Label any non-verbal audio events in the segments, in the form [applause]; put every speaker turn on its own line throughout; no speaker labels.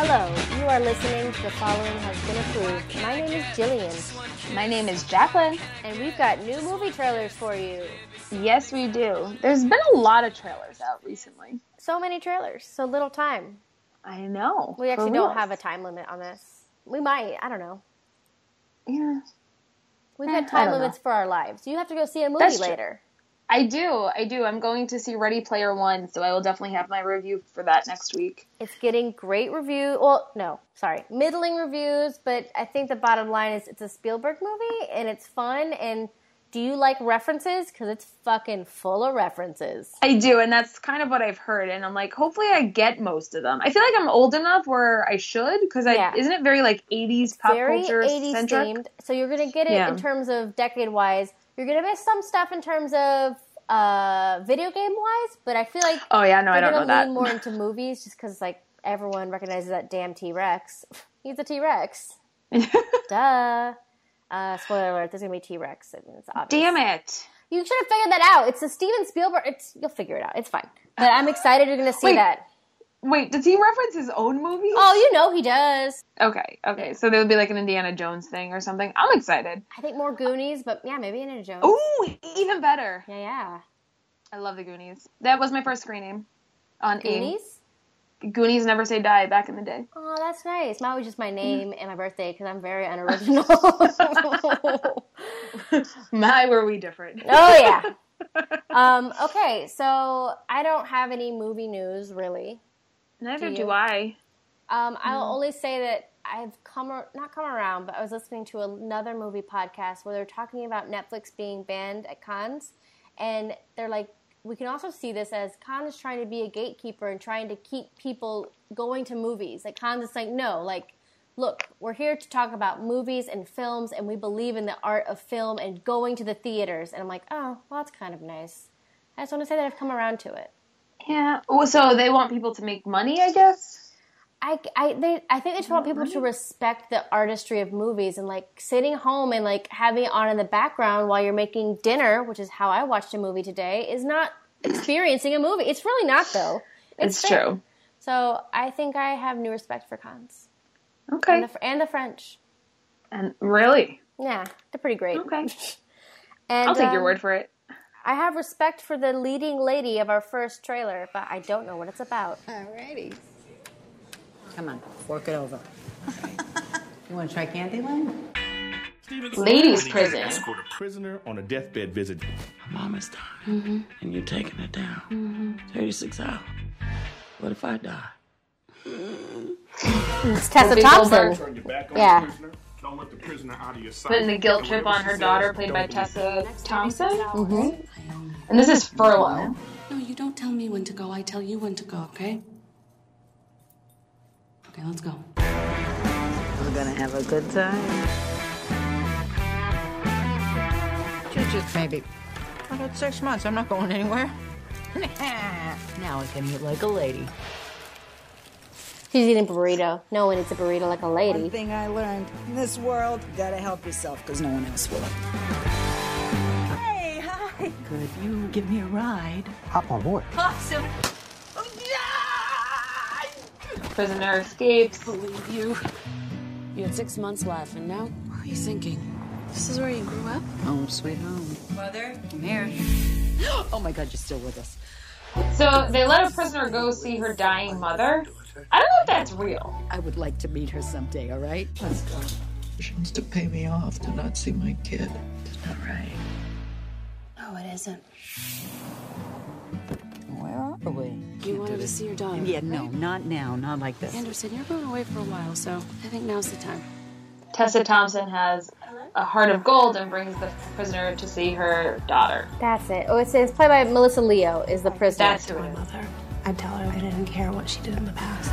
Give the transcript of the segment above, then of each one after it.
Hello, you are listening to The Following Has Been Approved. My name is Jillian,
My name is Jacqueline.
and we've got new movie trailers for you.
Yes, we do. There's been a lot of trailers out recently.
So many trailers, so little time.
I know.
We actually don't have a time limit on this. We might, I don't know.
Yeah,
We've
Eh,
had
I
time
don't
limits for our lives. You have to go see a movie
That's true.
later.
I do. I do. I'm going to see Ready Player One, so I will definitely have my review for that next week.
It's getting great review. Well, no, sorry, middling reviews. But I think the bottom line is it's a Spielberg movie and it's fun. And do you like references? Because it's fucking full of references.
I do, and that's kind of what I've heard. And I'm like, hopefully, I get most of them. I feel like I'm old enough where I should, because
Yeah.
I isn't it very like 80s pop
Very
culture
80s
centric?
themed. So you're gonna get it
Yeah.
in terms of decade wise. You're gonna miss some stuff in terms of uh, video game wise. But I feel like
Oh yeah, no, I
they're gonna
don't know that.
lean more into movies just because like everyone recognizes that damn T Rex. [laughs] He's a T Rex. Duh. Uh, spoiler alert, there's gonna be T Rex. It's obvious.
[laughs] Damn it!
You should have figured that out. It's a Steven Spielberg. It's you'll figure it out. It's fine. But I'm excited you're gonna see
Wait.
that.
Wait, does he reference his own movie?
Oh, you know he does.
Okay, okay. So there would be like an Indiana Jones thing or something. I'm excited.
I think more Goonies, but yeah, maybe Indiana Jones.
Ooh, e-, even better.
Yeah, yeah.
I love the Goonies. That was my first screening on
Goonies.
A. Goonies Never Say Die back in the day.
Oh, that's nice. Mine was just my name and my birthday because I'm very unoriginal. oh
[laughs] My, were we different?
yeah. [laughs] Um, okay, so I don't have any movie news really.
Neither
Do
do,
you?
I.
Um, I'll only say that I've come ar- not come around, but I was listening to another movie podcast where they're talking about Netflix being banned at cons, and they're like, we can also see this as cons trying to be a gatekeeper and trying to keep people going to movies. Like cons, it's like no, like look, we're here to talk about movies and films, and we believe in the art of film and going to the theaters. And I'm like, oh, well, that's kind of nice. I just want to say that I've come around to it.
Yeah. Well, so they want people to make money, I guess.
I, I, they, I think they just want people to respect the artistry of movies and like sitting home and like having it on in the background while you're making dinner, which is how I watched a movie today, is not experiencing a movie. It's really not though.
It's,
fake.
true.
So I think I have new respect for cons
Okay.
and, the, fr- and the French.
And really,
Yeah, they're pretty great.
okay.
And,
I'll take
um,
your word for it.
I have respect for the leading lady of our first trailer, but I don't know what it's about.
Alrighty.
Come on, fork it over. you want to try Candyland?
Ladies'
Lady
prison.
Escort a prisoner on a deathbed visit.
Mom is dying, and you're taking her down. 36 hours. What if I die?
It's Tessa
Whoopi
Thompson.
Goldberg.
Turn your back on
Yeah.
the prisoner. Don't let the prisoner out of your sight.
Putting the guilt
And
trip
whatever
on her
she
daughter,
says,
played
don't
by
believe
Tessa Thompson.
I own you.
And this is Furlong.
No, you don't tell me when to go. I tell you when to go, okay? Okay, let's go.
We're gonna have a good time. Just, just maybe. I got six months. I'm not going anywhere. [laughs] now I can eat like a lady.
She's eating burrito. No one eats a burrito like a lady.
One thing I learned in this world, you gotta help yourself because no one else will.
Hey, hi. Could you give me a ride?
Prisoner escapes.
Believe you. You had six months left, and now what are you thinking? This is where you grew up?
Home sweet home. Mother, come here. Oh my God, you're still with us.
So they let a prisoner go see her dying mother. I don't know if that's real.
I would like to meet her someday. All right. Let's go.
Options to pay me off to not see my kid. It's not right.
No, it isn't.
Where are we?
You wanted to see your daughter.
Yeah, no, not now. Not like this.
Anderson, you're going away for a while, so I think now's the time.
Tessa Thompson has a heart of gold and brings the prisoner to see her daughter.
That's it. Oh, it's, it's played by Melissa Leo is the prisoner.
That's who it is.
Mother, I'd tell her I didn't care what she did in the past.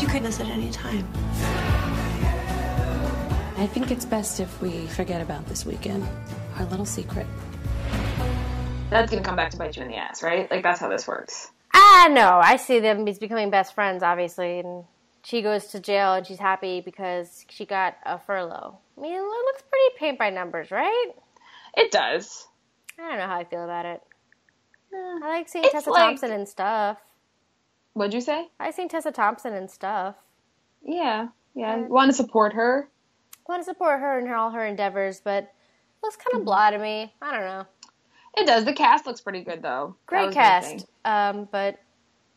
She could us at any time. I think it's best if we forget about this weekend. Our little secret.
That's gonna come back to bite you in the ass, right? Like that's how this works.
ah no, I see them as becoming best friends, obviously, and she goes to jail and she's happy because she got a furlough. I mean, it looks pretty paint by numbers, right?
It does.
I don't know how I feel about it. I like seeing
It's
Tessa
like-
Thompson and stuff.
What'd you say?
I seen Tessa Thompson and stuff.
Yeah, yeah. Want to support her?
I want to support her in her, all her endeavors, but looks kind
Mm-hmm.
of blah to me. I don't know.
It does. The cast looks pretty good though. That
Great
was my thing.
cast, um, but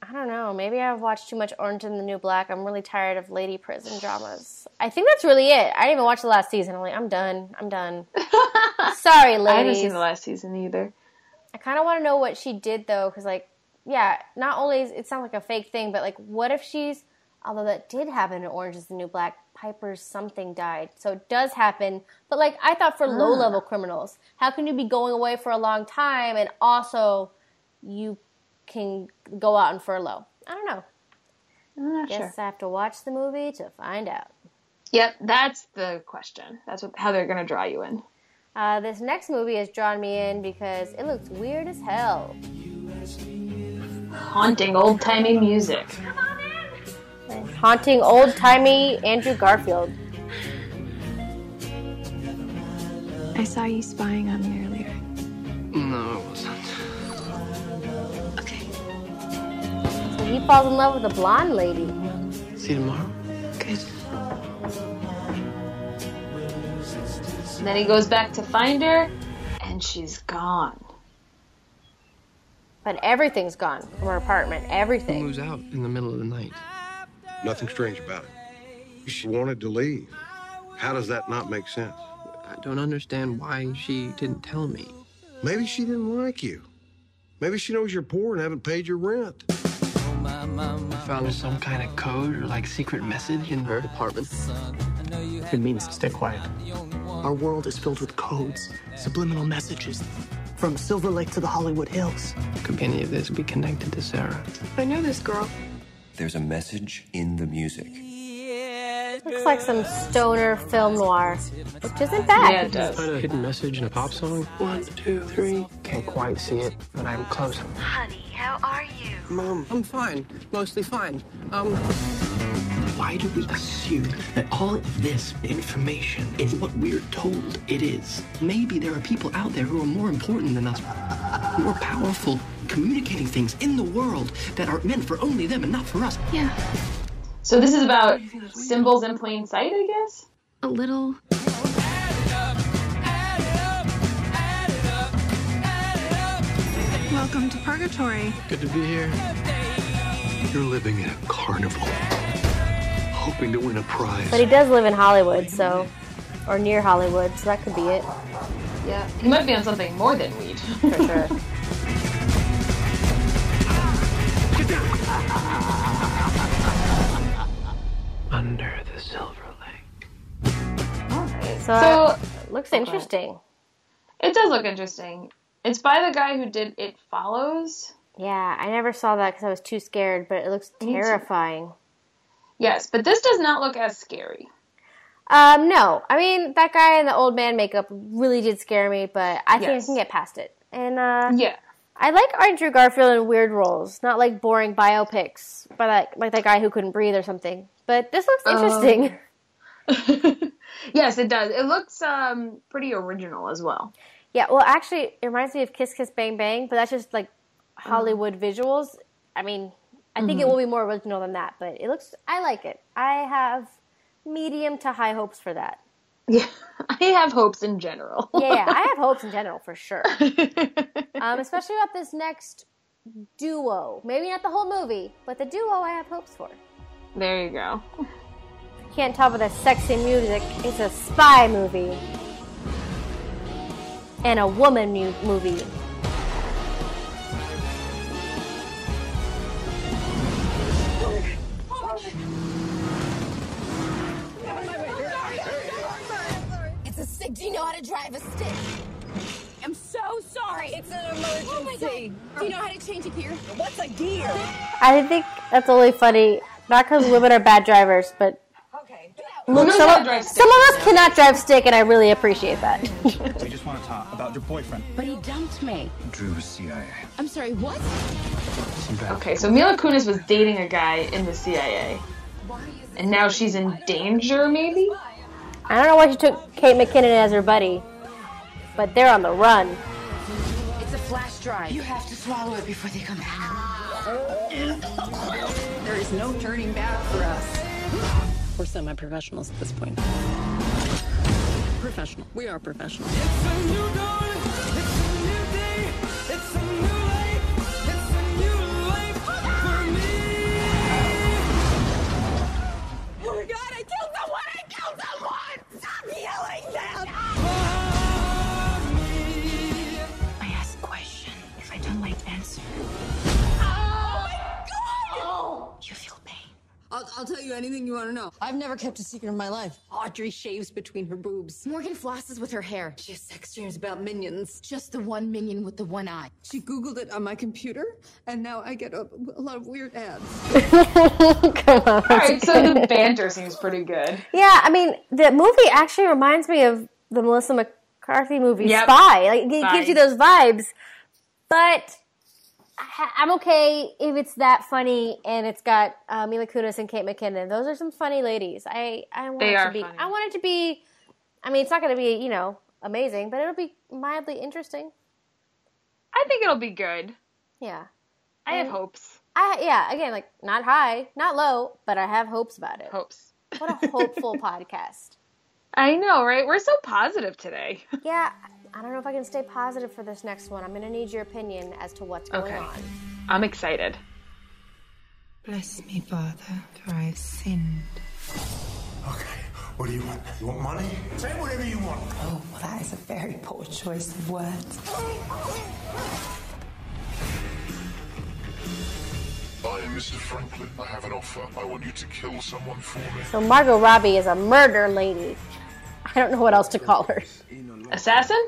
I don't know. Maybe I've watched too much Orange and the New Black. I'm really tired of lady prison dramas. I think that's really it. I didn't even watch the last season. I'm like, I'm done. I'm
[laughs]
done. Sorry, ladies.
I haven't seen the last season either.
I kind of want to know what she did though, because like, yeah, not only is it sounds like a fake thing, but like, what if she's? Although that did happen in Orange Is the New Black, Piper's something died, so it does happen. But like, I thought for low level criminals, how can you be going away for a long time and also you can go out and furlough? I don't know.
I'm not sure.
Guess I have to watch the movie to find out.
Yep, that's the question. That's what, how they're gonna draw you in.
Uh, this next movie has drawn me in because it looks weird as hell.
Haunting old timey music.
Haunting old timey Andrew Garfield.
I saw you spying on me earlier.
No, it wasn't.
Okay.
So he falls in love with a blonde lady.
See you tomorrow.
Good.
And then he goes back to find her, and she's gone.
But everything's gone from her apartment. Everything.
Who's out in the middle of the night?
Nothing strange about it. She wanted to leave. How does that not make sense?
I don't understand why she didn't tell me.
Maybe she didn't like you. Maybe she knows you're poor and haven't paid your rent.
Found some kind of code or like secret message in her apartment.
It means stay quiet. Our world is filled with codes, subliminal messages, from Silver Lake to the Hollywood Hills.
Could any of this be connected to Sarah?
I know this girl.
There's a message in the music.
Looks like some stoner film noir, which isn't bad.
Yeah, it does.
Find a hidden message in a pop song?
One, two, three.
Can't quite see it, but I'm close.
Honey, how are you?
Mom, I'm fine. Mostly fine. Um,
Why do we assume that all of this information is what we're told it is? Maybe there are people out there who are more important than us, more powerful, communicating things in the world that are meant for only them and not for us.
Yeah.
So this is about symbols in plain sight, I guess.
A little. Welcome to Purgatory.
Good to be here.
You're living in a carnival, hoping to win a prize.
But he does live in Hollywood, so or near Hollywood, so that could be it
Yeah, he might be on something more than weed.
for sure.
Under the Silver Lake.
So,
So-
it looks interesting.
it does look interesting. It's by the guy who did It Follows.
Yeah, I never saw that because I was too scared, but it looks
too.
terrifying.
Yes, but this does not look as scary.
Um, no, I mean that guy in the old man makeup really did scare me, but I think
Yes.
I can get past it. And uh,
Yeah.
I like Andrew Garfield in weird roles, not like boring biopics, but like like that guy who couldn't breathe or something. But this looks interesting.
[laughs]
[laughs]
yes, it does. It looks um, pretty original as well.
Yeah, well, actually, it reminds me of Kiss Kiss Bang Bang, but that's just like Hollywood visuals. I mean, I think it will be more original than that, but it looks. I like it. I have medium to high hopes for that.
Yeah, [laughs] I have hopes in general.
Yeah, I have hopes in general for sure. Um, especially about this next duo. Maybe not the whole movie, but the duo I have hopes for.
there you go.
Can't tell by the sexy music. It's a spy movie and a woman mu- movie.
It's a stick. Do you know how to drive a stick? I'm so sorry. It's an emergency. Oh my god. Do you know how to change a gear? What's a gear?
I think that's only funny, not because women are bad drivers, but
Okay.
Look,
knows
some,
how to
of,
drive stick?
some of us cannot drive stick, and I really appreciate that.
We just want to talk about your boyfriend.
But he dumped me.
Drew was CIA.
I'm sorry. What?
Okay, so Mila Kunis was dating a guy in the CIA. And now she's in danger, maybe?
I don't know why she took Kate McKinnon as her buddy, but they're on the run.
It's a
flash drive. You have to swallow it before they come out. there is no turning back for us.
We're semi professionals at this point. Professional. We are professional.
Oh my god, I killed someone! I killed someone! Stop yelling that!
I ask question. If I don't like answer,
Oh!
you feel pain.
I'll, I'll tell you anything you want to know. I've never kept a secret in my life. Audrey shaves between her boobs. Morgan flosses with her hair. She has sex dreams about minions. Just the one minion with the one eye. She Googled it on my computer, and now I get a, a lot of weird ads.
All
right, so the banter seems pretty good.
Yeah, I mean, the movie actually reminds me of the Melissa McCarthy movie
Yep.
Spy. Like, it
Spy.
gives you those vibes. But I- I'm okay if it's that funny and it's got uh, Mila Kunis and Kate McKinnon. Those are some funny ladies. I I want
They
it
are
to be.
funny.
I want it to be. I mean, it's not going to be you know amazing, but it'll be mildly interesting.
I think it'll be good.
Yeah.
I have
Mm.
hopes.
I yeah. Again, like not high, not low, but I have hopes about it.
Hopes.
What a
[laughs]
hopeful podcast.
I know, right? We're so positive today. [laughs]
Yeah, I don't know if I can stay positive for this next one. I'm going to need your opinion as to what's going
Okay.
on.
I'm excited.
Bless me, Father, for I've sinned.
Okay, what do you want? You want money? Say whatever you want.
Oh, well, that is a very poor choice of words.
I am Mr. Franklin. I have an offer. I want you to kill someone for me.
So Margot Robbie is a murder lady. I don't know what else to call her.
Assassin?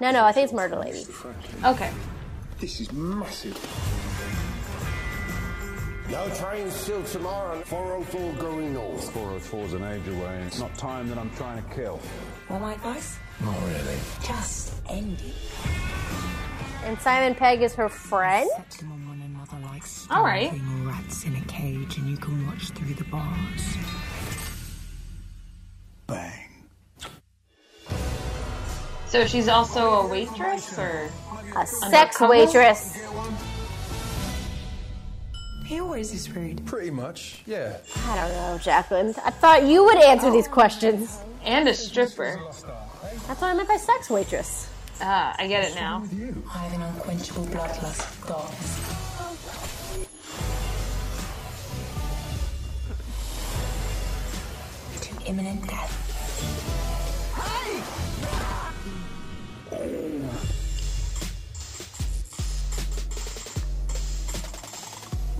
No, no, I think it's murder lady.
Okay.
This is massive. No trains till tomorrow. 404 going north.
404 is an age away. It's not time that I'm trying to kill.
All my advice?
Not really.
Just end it.
And Simon Pegg is her friend.
All
right.
Rats in a cage, and you can watch through the bars.
So she's also a waitress or
a sex waitress.
He always is rude.
Pretty much, yeah.
I don't know, Jacqueline. I thought you would answer these questions.
And a stripper.
That's what I meant by sex waitress.
Ah, I get it now.
I have an unquenchable bloodlust of darkness. To imminent death.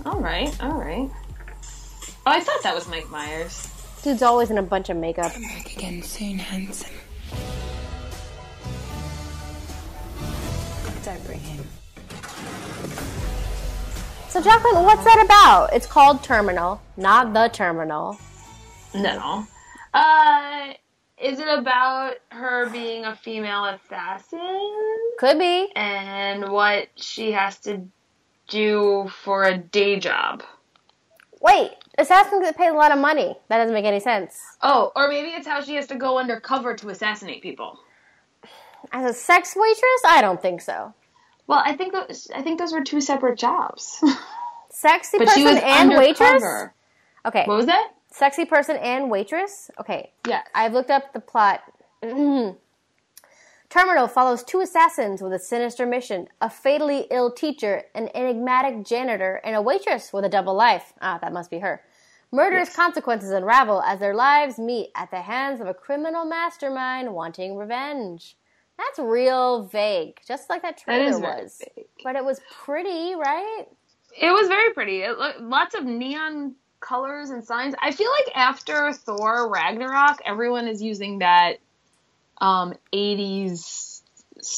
All right, all right. Oh, I thought that was Mike Myers.
Dude's always in a bunch of makeup.
Back again soon, handsome. Don't bring him.
So Jacqueline, what's that about? It's called Terminal, not the Terminal.
No. Uh, is it about her being a female assassin?
Could be.
And what she has to do for a day job.
Wait, assassins get paid a lot of money. That doesn't make any sense.
Oh, or maybe it's how she has to go undercover to assassinate people.
As a sex waitress, I don't think so.
Well, I think those, I think those were two separate jobs.
Sexy
but
person
she was
and waitress.
undercover.
Okay.
What was that?
Sexy person and waitress. Okay.
Yeah.
I've looked up the plot. [clears throat] Terminal follows two assassins with a sinister mission: a fatally ill teacher, an enigmatic janitor, and a waitress with a double life. Ah, that must be her. Murderous consequences unravel as their lives meet at the hands of a criminal mastermind wanting revenge. That's real vague, just like that
That
trailer
is very
was. But it was pretty, right?
It was very pretty. It, lo- lots of neon colors and signs. I feel like after Thor Ragnarok, everyone is using that um, 80s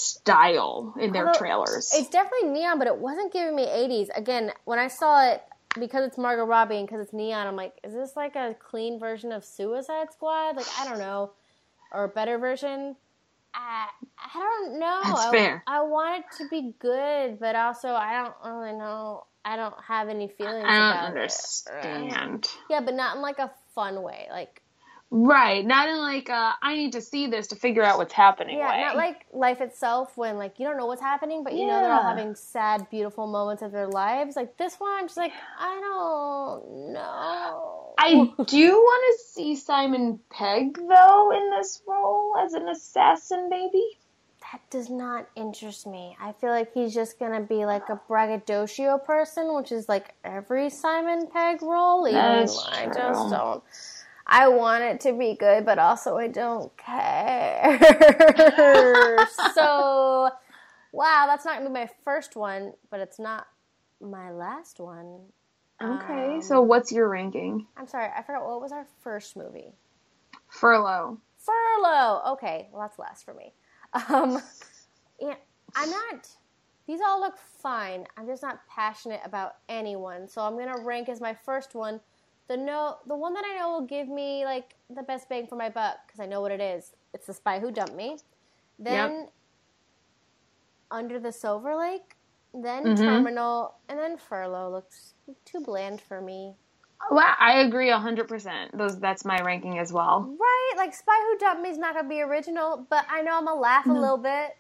style in their
Although,
trailers.
It's definitely neon, but it wasn't giving me 80s. Again, when I saw it, because it's Margot Robbie and because it's neon, I'm like, is this like a clean version of Suicide Squad? Like, I don't know. Or a better version? I, I don't know.
That's
I,
fair.
I want it to be good, but also I don't really know. I don't have any feelings
I
about
don't
it.
understand.
Yeah, but not in like a fun way. Like,
Right. Not in like uh, I need to see this to figure out what's happening.
Yeah,
way.
not like life itself when like you don't know what's happening, but you know they're all
Yeah.
having sad, beautiful moments of their lives. Like this one, I'm just like, I don't know. [laughs]
I do want to see Simon Pegg though in this role as an assassin baby.
That does not interest me. I feel like he's just gonna be like a braggadocio person, which is like every Simon Pegg role. Even
That's
though I
true.
just don't. I want it to be good, but also I don't care. [laughs] so, wow, that's not gonna be my first one, but it's not my last one.
Okay. so what's your ranking?
I'm sorry, I forgot what was our first movie.
Furlough.
Furlough. Okay, well that's last for me. Um, yeah, I'm not. These all look fine. I'm just not passionate about anyone, so I'm gonna rank as my first one. The no, the one that I know will give me like the best bang for my buck because I know what it is. It's the spy who dumped me. Then under the Silver Lake, then
Mhm.
Terminal, and then Furlough looks too bland for me.
Wow, I agree hundred percent. Those that's my ranking as well.
Right? Like Spy Who Dumped Me is not gonna be original, but I know I'm gonna laugh a
No.
little bit.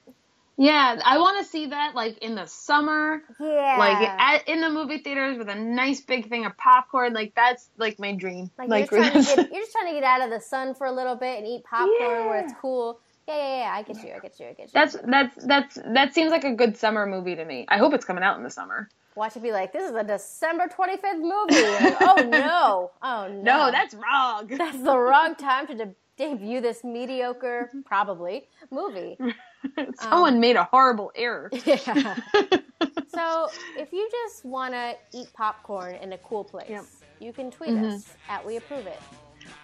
Yeah, I want to see that like in the summer,
Yeah.
like at, in the movie theaters with a nice big thing of popcorn. Like that's like my dream.
like, you're, trying to get, you're just trying to get out of the sun for a little bit and eat popcorn where it's cool. Yeah, yeah, yeah. I get you. I get you. I get you.
[laughs] that's that's that's that seems like a good summer movie to me. I hope it's coming out in the summer.
Watch it be like, this is a December 25th movie. Like, oh no. Oh no.
No, that's
[laughs]
wrong.
That's the wrong time to de- debut this mediocre, probably, movie.
Someone made a horrible error.
[laughs]
[laughs]
Yeah. so if you just want to eat popcorn in a cool place, you can tweet
Mhm.
us at We Approve It.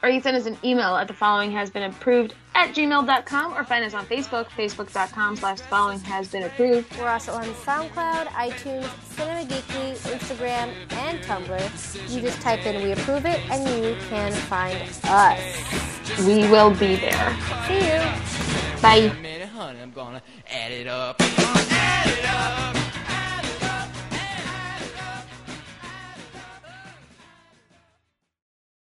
or you can send us an email at the following has been approved at gmail.com or find us on Facebook, facebook.com slash following has been approved.
We're also on SoundCloud, iTunes, Cinema Geekly, Instagram, and Tumblr. You just type in We Approve It and you can find us.
We will be there.
See you.
Bye.
Wait a minute, honey, I'm gonna add it up. Add it up.